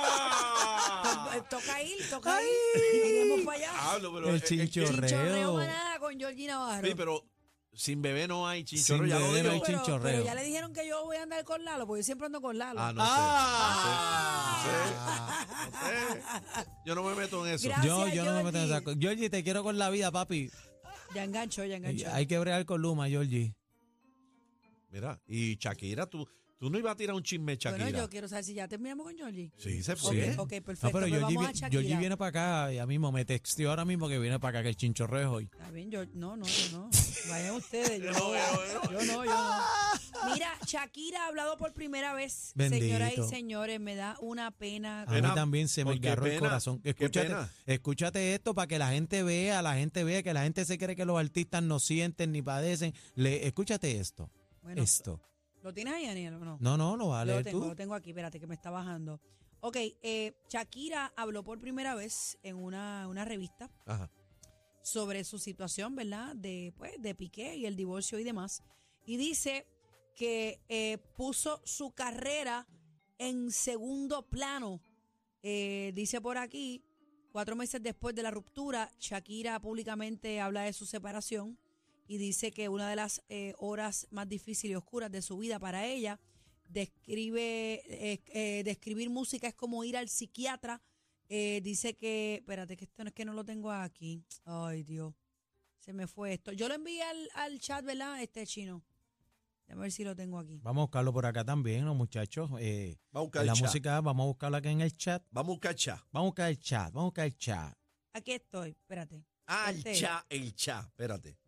[SPEAKER 5] eh,
[SPEAKER 6] ¡Ah!
[SPEAKER 5] Toca ir, toca ir. Iremos para allá.
[SPEAKER 6] Hablo, pero
[SPEAKER 2] El
[SPEAKER 6] es- es que-
[SPEAKER 2] chinchorreo.
[SPEAKER 5] Chinchorreo manada con Georgie Navarro.
[SPEAKER 6] Ah, Sí, pero sin bebé no hay chinchorreo.
[SPEAKER 2] Sin
[SPEAKER 6] ya lo
[SPEAKER 2] bebé no
[SPEAKER 6] digo.
[SPEAKER 2] hay
[SPEAKER 5] pero,
[SPEAKER 2] chinchorreo.
[SPEAKER 5] pero ya le dijeron que yo voy a andar con Lalo, porque yo siempre ando con Lalo.
[SPEAKER 6] Ah, no sé, Ah, no sé, no sé, no sé. Yo no me meto en eso.
[SPEAKER 5] Ah. Gracias,
[SPEAKER 2] yo, yo no me meto en
[SPEAKER 5] Georgie.
[SPEAKER 2] esa cosa. Georgie, te quiero con la vida, papi.
[SPEAKER 5] Ya enganchó, ya enganchó.
[SPEAKER 2] Hay que bregar con Luma, Georgie.
[SPEAKER 6] Mira, y Shakira, tú, Tú no ibas a tirar un chisme, Shakira.
[SPEAKER 5] Bueno, yo quiero saber si ya terminamos con Georgie.
[SPEAKER 6] Sí, se
[SPEAKER 5] Ok,
[SPEAKER 6] fue.
[SPEAKER 5] ok, perfecto.
[SPEAKER 2] no, pero
[SPEAKER 5] pues
[SPEAKER 2] Georgie,
[SPEAKER 5] vamos
[SPEAKER 2] vi-
[SPEAKER 5] a Shakira.
[SPEAKER 2] Georgie viene para acá, ya mismo me texteó ahora mismo que viene para acá, que el chinchorreo es hoy.
[SPEAKER 5] Está bien, yo, no, no, yo no. Vayan ustedes. Yo no, yo no, yo no. Mira, Shakira ha hablado por primera vez. Señoras y
[SPEAKER 2] Bendito.
[SPEAKER 5] señores, me da una pena.
[SPEAKER 2] A mí
[SPEAKER 6] Pena,
[SPEAKER 2] también se me
[SPEAKER 6] porque
[SPEAKER 2] agarró el
[SPEAKER 6] pena,
[SPEAKER 2] corazón.
[SPEAKER 6] qué
[SPEAKER 2] Escúchate,
[SPEAKER 6] pena.
[SPEAKER 2] escúchate esto para que la gente vea, la gente vea que la gente se cree que los artistas no sienten ni padecen. Le, escúchate esto,
[SPEAKER 5] Bueno,
[SPEAKER 2] esto.
[SPEAKER 5] ¿lo tienes ahí, Daniel, o no?
[SPEAKER 2] No, no, lo vas a
[SPEAKER 5] Lo
[SPEAKER 2] leer
[SPEAKER 5] tengo,
[SPEAKER 2] tú.
[SPEAKER 5] lo tengo aquí, espérate, que me está bajando. Ok, eh, Shakira habló por primera vez en una, una revista
[SPEAKER 6] Ajá.
[SPEAKER 5] sobre su situación, ¿verdad? De, pues, de Piqué y el divorcio y demás. Y dice que eh, puso su carrera en segundo plano. Eh, dice por aquí, cuatro meses después de la ruptura, Shakira públicamente habla de su separación y dice que una de las eh, horas más difíciles y oscuras de su vida para ella describe eh, eh, describir música es como ir al psiquiatra eh, dice que espérate que esto no es que no lo tengo aquí ay dios se me fue esto yo lo envié al, al chat verdad este chino a ver si lo tengo aquí
[SPEAKER 2] Vamos a buscarlo por acá también, los muchachos. Eh,
[SPEAKER 6] Vamos a buscar
[SPEAKER 2] la
[SPEAKER 6] el chat.
[SPEAKER 2] música, vamos a buscarla acá en el chat.
[SPEAKER 6] Vamos a buscar el chat.
[SPEAKER 2] Vamos a buscar el chat, vamos a buscar el chat.
[SPEAKER 5] aquí estoy espérate
[SPEAKER 6] Ah, el
[SPEAKER 5] Este.
[SPEAKER 6] chat, el chat. Espérate.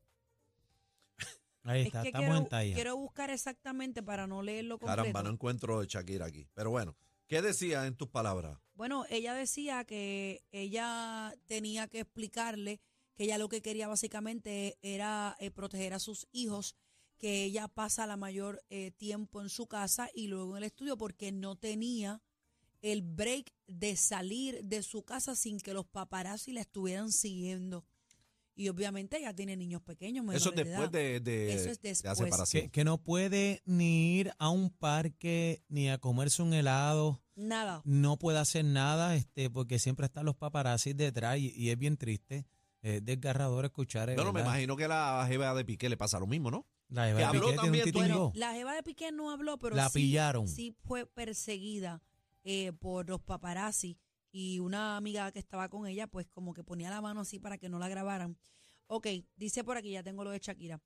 [SPEAKER 2] Ahí está,
[SPEAKER 5] es que
[SPEAKER 2] estamos
[SPEAKER 5] quiero,
[SPEAKER 2] en talla.
[SPEAKER 5] quiero buscar exactamente para no leerlo completo
[SPEAKER 6] Caramba, no encuentro a Shakira aquí. Pero bueno, ¿qué decía en tus palabras?
[SPEAKER 5] Bueno, ella decía que ella tenía que explicarle que ella lo que quería básicamente era eh, proteger a sus hijos, que ella pasa la mayor eh, tiempo en su casa y luego en el estudio porque no tenía el break de salir de su casa sin que los paparazzi la estuvieran siguiendo. Y obviamente ella tiene niños pequeños. menores
[SPEAKER 6] Eso es
[SPEAKER 5] de
[SPEAKER 6] después
[SPEAKER 5] edad.
[SPEAKER 6] de, de-
[SPEAKER 5] Eso es
[SPEAKER 6] de la
[SPEAKER 5] después.
[SPEAKER 2] que,
[SPEAKER 6] separación.
[SPEAKER 2] que no puede ni ir a un parque ni a comerse un helado.
[SPEAKER 5] Nada.
[SPEAKER 2] no puede hacer nada este porque siempre están los paparazzis detrás y, y es bien triste. Es desgarrador escuchar. eh,
[SPEAKER 6] No, no, me
[SPEAKER 2] ¿verdad?
[SPEAKER 6] imagino que la jeva de Piqué le pasa lo mismo, ¿no?
[SPEAKER 2] La Eva
[SPEAKER 6] que habló
[SPEAKER 2] Piqué tiene un
[SPEAKER 6] también tú.
[SPEAKER 2] titingo.
[SPEAKER 5] Bueno, la jeva de Piqué no habló, pero
[SPEAKER 2] La
[SPEAKER 5] sí,
[SPEAKER 2] pillaron.
[SPEAKER 5] sí fue perseguida eh, por los paparazzi y una amiga que estaba con ella, pues como que ponía la mano así para que no la grabaran. Ok, dice por aquí, ya tengo lo de Shakira.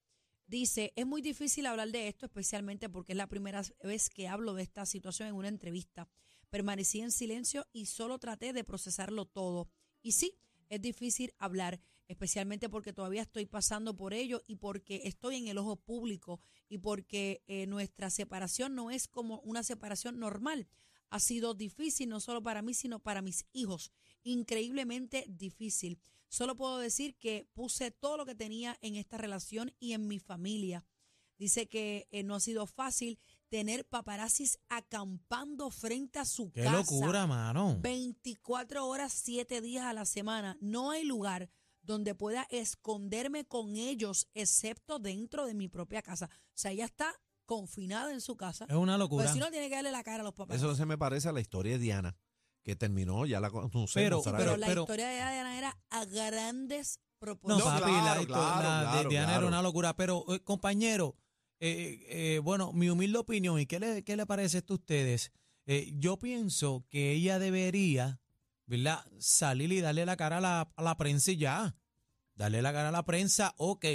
[SPEAKER 5] Dice, es muy difícil hablar de esto, especialmente porque es la primera vez que hablo de esta situación en una entrevista. Permanecí en silencio y solo traté de procesarlo todo. Y sí, es difícil hablar, especialmente porque todavía estoy pasando por ello y porque estoy en el ojo público y porque eh, nuestra separación no es como una separación normal. Ha sido difícil, no solo para mí, sino para mis hijos. Increíblemente difícil. Solo puedo decir que puse todo lo que tenía en esta relación y en mi familia. Dice que eh, no ha sido fácil tener paparazzis acampando frente a su
[SPEAKER 2] Qué
[SPEAKER 5] casa.
[SPEAKER 2] locura, mano.
[SPEAKER 5] 24 horas, 7 días a la semana. No hay lugar donde pueda esconderme con ellos, excepto dentro de mi propia casa. O sea, ella está confinada en su casa.
[SPEAKER 2] Es una locura.
[SPEAKER 5] Pues si no tiene que darle la cara a los papás.
[SPEAKER 6] Eso se me parece a la historia de Diana, que terminó, ya la conocemos.
[SPEAKER 2] Pero-
[SPEAKER 5] Sí,
[SPEAKER 6] será
[SPEAKER 5] pero,
[SPEAKER 2] pero-
[SPEAKER 6] que-
[SPEAKER 5] la
[SPEAKER 2] pero-
[SPEAKER 5] historia de Diana era a grandes
[SPEAKER 2] No,
[SPEAKER 5] proporciones.
[SPEAKER 6] No,
[SPEAKER 2] papi, la
[SPEAKER 6] claro,
[SPEAKER 2] histo-
[SPEAKER 6] claro,
[SPEAKER 2] la de
[SPEAKER 6] claro,
[SPEAKER 2] Diana
[SPEAKER 6] claro.
[SPEAKER 2] era una locura. Pero, eh, compañero, eh, eh, bueno, mi humilde opinión, ¿y qué le, qué le parece esto a ustedes? Eh, yo pienso que ella debería, ¿verdad? Salir y darle la cara a la, a la prensa y ya. Darle la cara a la prensa, ok.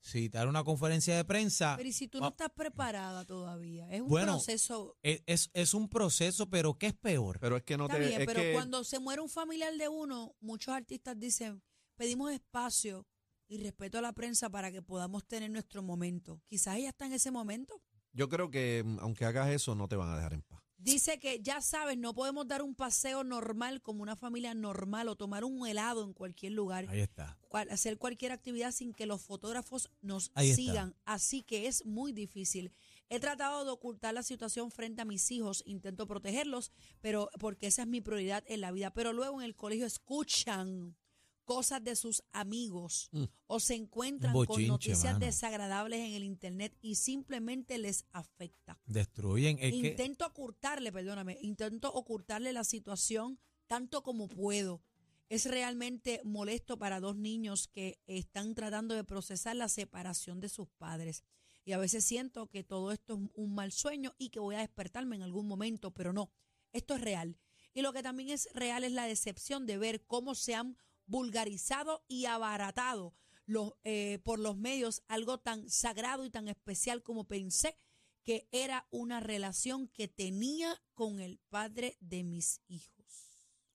[SPEAKER 2] Si dar una conferencia de prensa.
[SPEAKER 5] Pero y si tú no
[SPEAKER 2] Ah.
[SPEAKER 5] estás preparada todavía, es un
[SPEAKER 2] Bueno,
[SPEAKER 5] proceso.
[SPEAKER 2] Es, es- es un proceso, pero ¿qué es peor?
[SPEAKER 6] pero es que no
[SPEAKER 5] Está
[SPEAKER 6] te.
[SPEAKER 5] bien,
[SPEAKER 6] es
[SPEAKER 5] pero
[SPEAKER 6] que-
[SPEAKER 5] cuando se muere un familiar de uno, muchos artistas dicen, pedimos espacio y respeto a la prensa para que podamos tener nuestro momento. Quizás ella está en ese momento.
[SPEAKER 6] Yo creo que mm, aunque hagas eso, no te van a dejar en paz.
[SPEAKER 5] Dice que ya sabes, no podemos dar un paseo normal como una familia normal o tomar un helado en cualquier lugar,
[SPEAKER 2] Ahí está.
[SPEAKER 5] cual- hacer cualquier actividad sin que los fotógrafos nos
[SPEAKER 2] Ahí está.
[SPEAKER 5] sigan. Así que es muy difícil. He tratado de ocultar la situación frente a mis hijos, intento protegerlos, pero porque esa es mi prioridad en la vida. Pero luego en el colegio escuchan cosas de sus amigos
[SPEAKER 6] Mm.
[SPEAKER 5] o se encuentran con
[SPEAKER 2] bochinche,
[SPEAKER 5] noticias
[SPEAKER 2] mano.
[SPEAKER 5] desagradables en el internet y simplemente les afecta
[SPEAKER 2] Destruyen. Es que-
[SPEAKER 5] intento ocultarle, perdóname, intento ocultarle la situación tanto como puedo. Es realmente molesto para dos niños que están tratando de procesar la separación de sus padres. Y a veces siento que todo esto es un mal sueño y que voy a despertarme en algún momento, pero no, esto es real. Y lo que también es real es la decepción de ver cómo se han vulgarizado y abaratado los, eh, por los medios algo tan sagrado y tan especial como pensé que era una relación que tenía con el padre de mis hijos.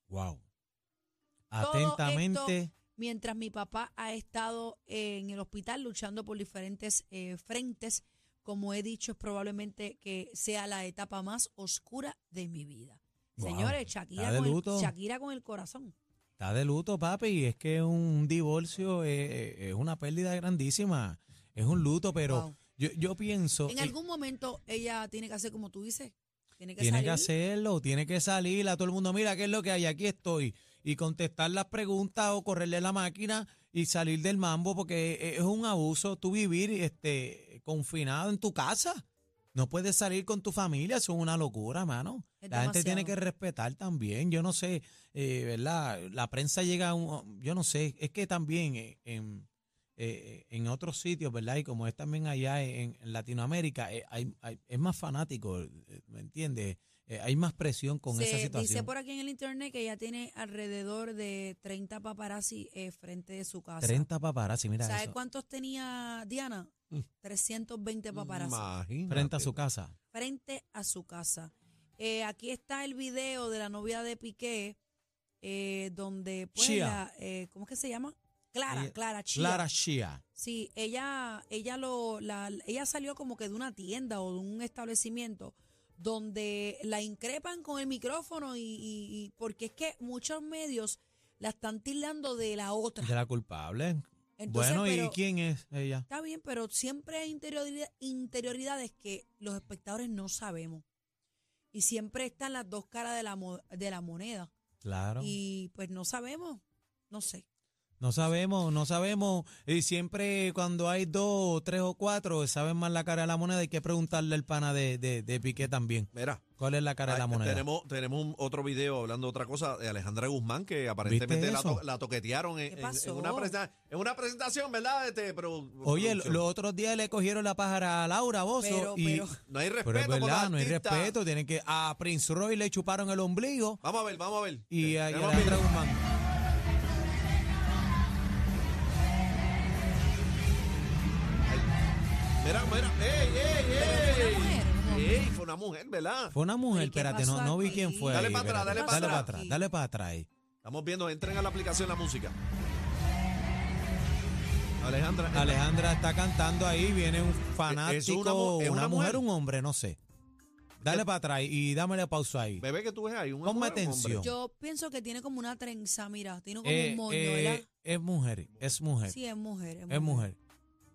[SPEAKER 2] Wow.
[SPEAKER 5] Todo
[SPEAKER 2] Atentamente.
[SPEAKER 5] Mientras mi papá ha estado eh, en el hospital luchando por diferentes eh, frentes, como he dicho, es probablemente que sea la etapa más oscura de mi vida.
[SPEAKER 2] Wow.
[SPEAKER 5] Señores,
[SPEAKER 2] Está
[SPEAKER 5] Shakira
[SPEAKER 2] de
[SPEAKER 5] con, el,
[SPEAKER 2] luto.
[SPEAKER 5] Shakira con el corazón.
[SPEAKER 2] Está de luto, papi. y Es que un divorcio es, es una pérdida grandísima. Es un luto, pero
[SPEAKER 5] Wow.
[SPEAKER 2] yo, yo pienso.
[SPEAKER 5] En
[SPEAKER 2] eh,
[SPEAKER 5] algún momento ella tiene que hacer como tú dices. Tiene que
[SPEAKER 2] tiene
[SPEAKER 5] salir.
[SPEAKER 2] que hacerlo, tiene que salir a todo el mundo. Mira, ¿qué es lo que hay? Aquí estoy. Y contestar las preguntas o correrle la máquina y salir del mambo, porque e-, es un abuso tú vivir este, confinado en tu casa. No puedes salir con tu familia, eso es una locura, mano.
[SPEAKER 5] Es
[SPEAKER 2] la gente tiene
[SPEAKER 5] demasiado.
[SPEAKER 2] que respetar también. Yo no sé, eh, ¿verdad? La prensa llega a un. Yo no sé, es que también eh, en, eh, en otros sitios, ¿verdad? Y como es también allá en, en Latinoamérica, eh, hay- hay- es más fanático, eh, ¿me entiendes? Eh, hay más presión con
[SPEAKER 5] Se
[SPEAKER 2] esa
[SPEAKER 5] Dice
[SPEAKER 2] situación.
[SPEAKER 5] por aquí en el internet que ella tiene alrededor de 30 paparazzi eh, frente de su casa.
[SPEAKER 2] 30 paparazzi, mira
[SPEAKER 5] ¿Sabes
[SPEAKER 2] eso. Mm.
[SPEAKER 5] cuántos tenía Diana? 320 paparazzi
[SPEAKER 6] Imagínate.
[SPEAKER 2] Frente a su casa.
[SPEAKER 5] frente a su casa. Eh, aquí está el video de la novia de Piqué, eh, donde pues
[SPEAKER 2] Chía.
[SPEAKER 5] la, eh, ¿cómo es que se llama? Clara,
[SPEAKER 2] Ella-
[SPEAKER 5] Clara Chía.
[SPEAKER 2] Clara Shia.
[SPEAKER 5] Sí, ella, ella lo, la- ella salió como que de una tienda o de un establecimiento donde la increpan con el micrófono y, y- y- porque es que muchos medios la están tildando de la otra.
[SPEAKER 2] ¿De la culpable?
[SPEAKER 5] Entonces,
[SPEAKER 2] bueno, ¿y
[SPEAKER 5] pero-
[SPEAKER 2] quién es ella?
[SPEAKER 5] Está bien, pero siempre hay interioridad- interioridades que los espectadores no sabemos. Y siempre están las dos caras de la, mo- de la moneda.
[SPEAKER 2] Claro.
[SPEAKER 5] Y pues no sabemos, no sé.
[SPEAKER 2] No sabemos, no sabemos. Y siempre cuando hay dos, tres o cuatro, saben más la cara de la moneda. Hay que preguntarle al pana de, de, de Piqué también.
[SPEAKER 6] Mira,
[SPEAKER 2] ¿Cuál es la cara de la
[SPEAKER 6] ahí
[SPEAKER 2] moneda?
[SPEAKER 6] tenemos, tenemos un- otro video hablando de otra cosa de Alejandra Guzmán que aparentemente
[SPEAKER 2] ¿Viste
[SPEAKER 6] la,
[SPEAKER 2] eso?
[SPEAKER 6] to- la toquetearon en,
[SPEAKER 5] ¿Qué
[SPEAKER 6] en- en
[SPEAKER 5] pasó?
[SPEAKER 6] una presa- en una presentación, ¿verdad? Este, pero,
[SPEAKER 2] Oye, lo-
[SPEAKER 6] producción.
[SPEAKER 2] los otros días le cogieron la pájara a Laura Bozo.
[SPEAKER 5] Pero,
[SPEAKER 2] y,
[SPEAKER 5] pero-
[SPEAKER 6] no hay respeto.
[SPEAKER 2] pero es
[SPEAKER 6] por los
[SPEAKER 2] verdad, no hay
[SPEAKER 6] artistas.
[SPEAKER 2] respeto. Tienen que. A Prince Roy le chuparon el ombligo
[SPEAKER 6] Vamos a ver, vamos a ver.
[SPEAKER 2] y a, y a
[SPEAKER 6] Tenemos
[SPEAKER 2] Alejandra
[SPEAKER 6] video.
[SPEAKER 2] Guzmán.
[SPEAKER 6] Mira, mira. ¡Ey, ey,
[SPEAKER 5] Pero fue una mujer, ¿no?
[SPEAKER 6] ey! ¡Ey! Fue una mujer, ¿verdad?
[SPEAKER 2] Fue una mujer,
[SPEAKER 5] ¿Y qué
[SPEAKER 2] espérate, no,
[SPEAKER 5] pasó
[SPEAKER 2] no vi
[SPEAKER 5] aquí?
[SPEAKER 2] quién fue.
[SPEAKER 6] Dale
[SPEAKER 2] ahí,
[SPEAKER 6] pa' atrás,
[SPEAKER 2] espérate.
[SPEAKER 6] dale pa'
[SPEAKER 2] Dale para
[SPEAKER 6] atrás.
[SPEAKER 2] atrás, dale para atrás. ahí.
[SPEAKER 6] Estamos viendo, entren a la aplicación la música. Alejandra. entra.
[SPEAKER 2] Alejandra está cantando ahí, viene un fanático,
[SPEAKER 6] E-, Es
[SPEAKER 2] una,
[SPEAKER 6] una mu- es una
[SPEAKER 2] mujer,
[SPEAKER 6] mujer.
[SPEAKER 2] un hombre, no sé. Dale para atrás y dámele pausa ahí.
[SPEAKER 6] Bebé, que tú ves ahí. Un
[SPEAKER 2] Ponme
[SPEAKER 6] hombre, un
[SPEAKER 2] atención.
[SPEAKER 6] hombre.
[SPEAKER 5] Yo pienso que tiene como una trenza, mira, tiene como
[SPEAKER 2] Oh. Eh,
[SPEAKER 5] un moño,
[SPEAKER 2] eh,
[SPEAKER 5] ¿verdad?
[SPEAKER 2] es mujer, es mujer,
[SPEAKER 5] Sí, es mujer, es mujer.
[SPEAKER 2] es mujer.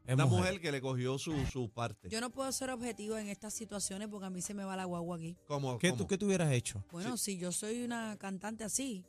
[SPEAKER 2] Es
[SPEAKER 6] Una
[SPEAKER 2] mujer.
[SPEAKER 6] mujer que le cogió su, su parte.
[SPEAKER 5] Yo no puedo ser objetivo en estas situaciones porque a mí se me va la guagua aquí.
[SPEAKER 6] Como,
[SPEAKER 2] ¿Qué,
[SPEAKER 6] como-
[SPEAKER 2] tú, ¿Qué tú hubieras hecho?
[SPEAKER 5] Bueno, si yo soy una cantante así,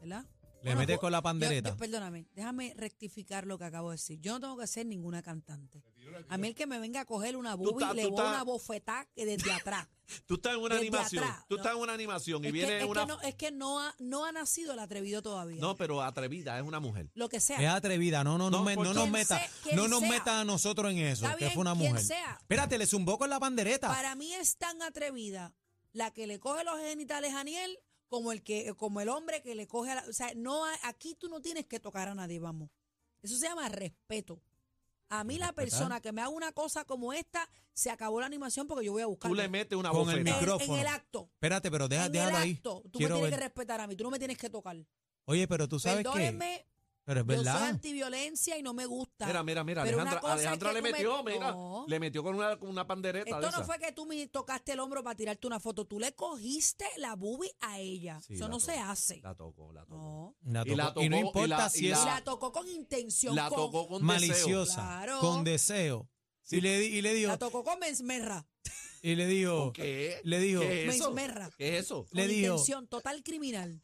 [SPEAKER 5] ¿verdad?
[SPEAKER 2] Le
[SPEAKER 5] Bueno,
[SPEAKER 2] metes
[SPEAKER 5] ju-
[SPEAKER 2] con la
[SPEAKER 5] Yo-
[SPEAKER 2] pandereta.
[SPEAKER 5] yo- perdóname, déjame rectificar lo que acabo de decir. Yo no tengo que ser ninguna cantante. A mí el que me venga a coger una boobie,
[SPEAKER 6] estás-
[SPEAKER 5] le
[SPEAKER 6] tú
[SPEAKER 5] voy a
[SPEAKER 6] estás-
[SPEAKER 5] una bofetada que desde atrás.
[SPEAKER 6] Tú estás en una
[SPEAKER 5] Desde
[SPEAKER 6] animación.
[SPEAKER 5] atrás,
[SPEAKER 6] Tú
[SPEAKER 5] no.
[SPEAKER 6] estás en una animación y
[SPEAKER 5] es,
[SPEAKER 6] viene
[SPEAKER 5] que, es
[SPEAKER 6] una.
[SPEAKER 5] que no, es que no ha, no ha nacido el atrevido todavía.
[SPEAKER 6] no, pero atrevida, es una mujer.
[SPEAKER 5] lo que
[SPEAKER 2] es
[SPEAKER 5] sea.
[SPEAKER 2] atrevida, no, no, no,
[SPEAKER 6] No,
[SPEAKER 2] me-
[SPEAKER 6] por
[SPEAKER 2] no nos
[SPEAKER 5] quien
[SPEAKER 2] meta,
[SPEAKER 5] sea- quien
[SPEAKER 2] no nos
[SPEAKER 5] sea.
[SPEAKER 2] meta a nosotros en eso,
[SPEAKER 5] Está
[SPEAKER 2] que fue
[SPEAKER 5] bien,
[SPEAKER 2] una
[SPEAKER 5] quien
[SPEAKER 2] mujer.
[SPEAKER 5] sea.
[SPEAKER 2] Espérate, le zumbó con la pandereta.
[SPEAKER 5] Para mí es tan atrevida la que le coge los genitales a Aniel como el que como el hombre que le coge a la, o sea, no hay- aquí tú no tienes que tocar a nadie, vamos. Eso se llama respeto. A mí la
[SPEAKER 2] Respetar.
[SPEAKER 5] persona que me haga una cosa como esta se acabó la animación porque yo voy a buscar
[SPEAKER 6] Tú le metes una
[SPEAKER 2] Con el
[SPEAKER 5] en,
[SPEAKER 6] bofetada.
[SPEAKER 2] micrófono.
[SPEAKER 5] en el acto.
[SPEAKER 2] Espérate, pero deja,
[SPEAKER 5] en el
[SPEAKER 2] déjalo ahí.
[SPEAKER 5] acto, tú
[SPEAKER 2] Quiero
[SPEAKER 5] me tienes
[SPEAKER 2] ver.
[SPEAKER 5] que respetar a mí, tú no me tienes que tocar.
[SPEAKER 2] Oye, pero tú sabes que
[SPEAKER 5] Perdónenme,
[SPEAKER 2] pero es
[SPEAKER 5] yo soy
[SPEAKER 2] verdad.
[SPEAKER 5] antiviolencia y no me gusta.
[SPEAKER 6] Mira, mira, mira.
[SPEAKER 5] Pero una
[SPEAKER 6] Alejandra,
[SPEAKER 5] cosa es
[SPEAKER 6] Alejandra
[SPEAKER 5] que
[SPEAKER 6] le
[SPEAKER 5] tú me-
[SPEAKER 6] metió, mira.
[SPEAKER 5] No.
[SPEAKER 6] Le metió con una, con una pandereta.
[SPEAKER 5] Esto
[SPEAKER 6] de
[SPEAKER 5] no
[SPEAKER 6] esa.
[SPEAKER 5] fue que tú me tocaste el hombro para tirarte una foto. Tú le cogiste la boobie a ella.
[SPEAKER 6] Sí,
[SPEAKER 5] Eso
[SPEAKER 6] la
[SPEAKER 5] no
[SPEAKER 6] tocó,
[SPEAKER 5] se hace.
[SPEAKER 6] La tocó, la tocó.
[SPEAKER 5] no.
[SPEAKER 2] La
[SPEAKER 6] Y la
[SPEAKER 2] tocó- y no
[SPEAKER 6] tocó, y
[SPEAKER 2] importa
[SPEAKER 6] la-
[SPEAKER 2] si
[SPEAKER 6] y
[SPEAKER 2] es
[SPEAKER 5] Y la tocó con intención.
[SPEAKER 6] La
[SPEAKER 5] con-
[SPEAKER 6] tocó con deseo.
[SPEAKER 2] maliciosa,
[SPEAKER 5] Claro.
[SPEAKER 2] con deseo. Y le, di- y le dijo,
[SPEAKER 5] La tocó con mensmerra.
[SPEAKER 2] y le dijo,
[SPEAKER 6] ¿Qué?
[SPEAKER 2] le dijo,
[SPEAKER 6] ¿Qué es eso?
[SPEAKER 5] Mensmerra.
[SPEAKER 6] ¿Qué es eso?
[SPEAKER 5] Con
[SPEAKER 2] Le dijo-
[SPEAKER 5] intención total criminal.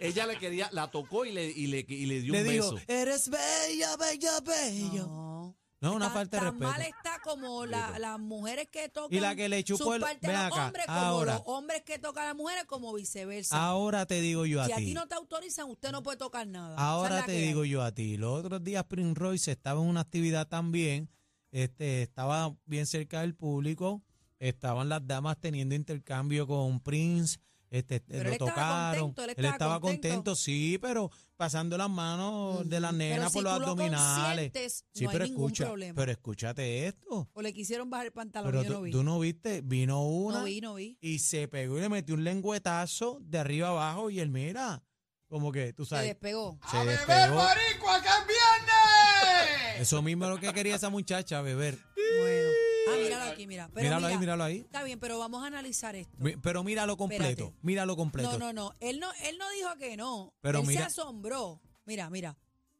[SPEAKER 6] Ella le quería, la tocó y le, y le, y le dio
[SPEAKER 2] le
[SPEAKER 6] un
[SPEAKER 2] dijo,
[SPEAKER 6] beso.
[SPEAKER 2] eres bella, bella, bella. No,
[SPEAKER 5] No.
[SPEAKER 2] una
[SPEAKER 5] Tan-
[SPEAKER 2] falta de
[SPEAKER 5] tan mal
[SPEAKER 2] respeto. pues.
[SPEAKER 5] está como la- las mujeres que tocan
[SPEAKER 2] Y la que le chupó
[SPEAKER 5] sus
[SPEAKER 2] el-
[SPEAKER 5] partes
[SPEAKER 2] ven
[SPEAKER 5] a los
[SPEAKER 2] acá,
[SPEAKER 5] hombres
[SPEAKER 2] ahora.
[SPEAKER 5] como los hombres que tocan a las mujeres como viceversa.
[SPEAKER 2] Ahora te digo yo a ti.
[SPEAKER 5] si a ti no te autorizan, usted no puede tocar nada. Esa es
[SPEAKER 2] Ahora
[SPEAKER 5] la
[SPEAKER 2] te
[SPEAKER 5] que hay.
[SPEAKER 2] digo yo a ti. Los otros días Prince Royce estaba en una actividad también, este, estaba bien cerca del público, estaban las damas teniendo intercambio con Prince, Este, este,
[SPEAKER 5] Pero
[SPEAKER 2] lo
[SPEAKER 5] él estaba
[SPEAKER 2] tocaron.
[SPEAKER 5] contento, él estaba
[SPEAKER 2] contento.
[SPEAKER 5] contento. Mm,
[SPEAKER 2] sí, pero pasando las manos de las nenas
[SPEAKER 5] Pero
[SPEAKER 2] por
[SPEAKER 5] si
[SPEAKER 2] los
[SPEAKER 5] tú lo
[SPEAKER 2] abdominales.
[SPEAKER 5] consientes,
[SPEAKER 2] sí,
[SPEAKER 5] no hay
[SPEAKER 2] pero
[SPEAKER 5] ningún
[SPEAKER 2] escucha,
[SPEAKER 5] problema.
[SPEAKER 2] pero escúchate esto.
[SPEAKER 5] o le quisieron bajar el pantalón,
[SPEAKER 2] Pero
[SPEAKER 5] yo
[SPEAKER 2] tú,
[SPEAKER 5] no vi.
[SPEAKER 2] tú no viste, vino una
[SPEAKER 5] no vi, no vi.
[SPEAKER 2] y se pegó y le metió un lengüetazo de arriba abajo y él mira, como que tú
[SPEAKER 5] Se
[SPEAKER 2] sabes,
[SPEAKER 5] despegó.
[SPEAKER 2] se
[SPEAKER 3] ¡A beber
[SPEAKER 2] despegó.
[SPEAKER 3] boricua que es viernes!
[SPEAKER 2] este, Eso mismo es lo que quería esa muchacha, beber.
[SPEAKER 5] Bueno. Ah, míralo aquí, mira. Pero
[SPEAKER 2] míralo
[SPEAKER 5] mira,
[SPEAKER 2] ahí, míralo ahí.
[SPEAKER 5] Está bien, pero vamos a analizar esto.
[SPEAKER 2] Mi- Pero míralo completo,
[SPEAKER 5] Espérate.
[SPEAKER 2] míralo completo.
[SPEAKER 5] No, no, no. Él no, él no dijo que no.
[SPEAKER 2] Pero
[SPEAKER 5] él se
[SPEAKER 2] mira-
[SPEAKER 5] asombró. Mira, mira.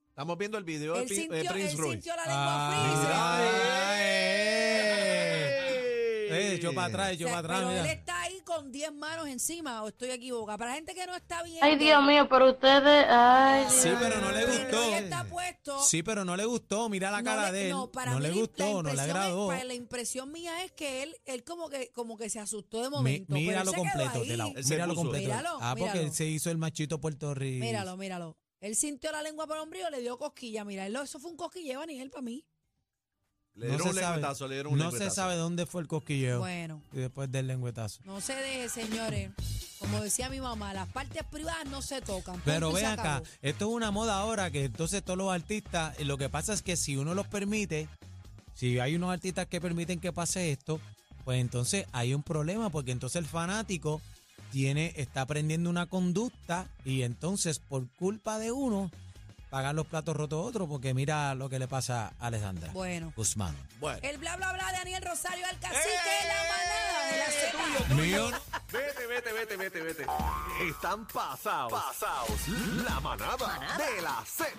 [SPEAKER 6] Estamos viendo el video de,
[SPEAKER 5] Él
[SPEAKER 6] Prin- de
[SPEAKER 5] sintió,
[SPEAKER 6] eh, Prince
[SPEAKER 5] él
[SPEAKER 6] Roy.
[SPEAKER 5] sintió la lengua fría.
[SPEAKER 2] Ah, eh. Eh,
[SPEAKER 6] ¡Ey!
[SPEAKER 2] Echó para atrás, echó
[SPEAKER 5] O sea,
[SPEAKER 2] para atrás,
[SPEAKER 5] pero él
[SPEAKER 2] mira.
[SPEAKER 5] está ahí con 10 manos encima, o estoy equivocada. Para la gente que no está viendo.
[SPEAKER 8] Ay, Dios mío, pero ustedes. Ay, Dios
[SPEAKER 2] Sí, pero no le
[SPEAKER 5] el
[SPEAKER 2] gustó.
[SPEAKER 5] reloj está puesto.
[SPEAKER 2] Sí, pero no le gustó, mira la cara
[SPEAKER 5] no le,
[SPEAKER 2] de él.
[SPEAKER 5] No, para
[SPEAKER 2] no
[SPEAKER 5] mí
[SPEAKER 2] le
[SPEAKER 5] la
[SPEAKER 2] gustó, no le
[SPEAKER 5] impresión es-
[SPEAKER 2] agradó.
[SPEAKER 5] para la impresión mía es que él, él como que, como que se asustó de
[SPEAKER 2] Mi-
[SPEAKER 5] momento. pero él
[SPEAKER 2] míralo
[SPEAKER 5] se quedó
[SPEAKER 2] completo,
[SPEAKER 5] ahí.
[SPEAKER 2] de lado,
[SPEAKER 6] Él se
[SPEAKER 2] míralo
[SPEAKER 6] puso.
[SPEAKER 2] completo.
[SPEAKER 5] Míralo,
[SPEAKER 2] ah, porque
[SPEAKER 5] míralo.
[SPEAKER 2] él se hizo el machito puertorriqueño.
[SPEAKER 5] Míralo, míralo. Él sintió la lengua por el ombligo, le dio cosquilla. Mira, él lo- eso fue un cosquilleo, él para mí.
[SPEAKER 6] Le dieron un lengüetazo, le dieron un
[SPEAKER 2] no se
[SPEAKER 6] lengüetazo.
[SPEAKER 2] sabe dónde fue el cosquilleo
[SPEAKER 5] Bueno,
[SPEAKER 2] y después del lengüetazo.
[SPEAKER 5] no se deje, señores. Como decía mi mamá, las partes privadas no se tocan.
[SPEAKER 2] Pero
[SPEAKER 5] Punto y se
[SPEAKER 2] ven acá,
[SPEAKER 5] acabó.
[SPEAKER 2] esto es una moda ahora que entonces todos los artistas, y lo que pasa es que si uno los permite, si hay unos artistas que permiten que pase esto, pues entonces hay un problema porque entonces el fanático tiene está aprendiendo una conducta y entonces por culpa de uno pagan los platos rotos otro porque mira lo que le pasa a Alejandra
[SPEAKER 5] Bueno.
[SPEAKER 2] Guzmán.
[SPEAKER 6] Bueno.
[SPEAKER 5] El bla bla bla de Daniel Rosario al cacique de la manada de la
[SPEAKER 2] ¡Eh!
[SPEAKER 5] Zeta.
[SPEAKER 2] Mío,
[SPEAKER 4] Vete, vete, vete, vete, vete. Están pasados. Pasados. La manada de la Z.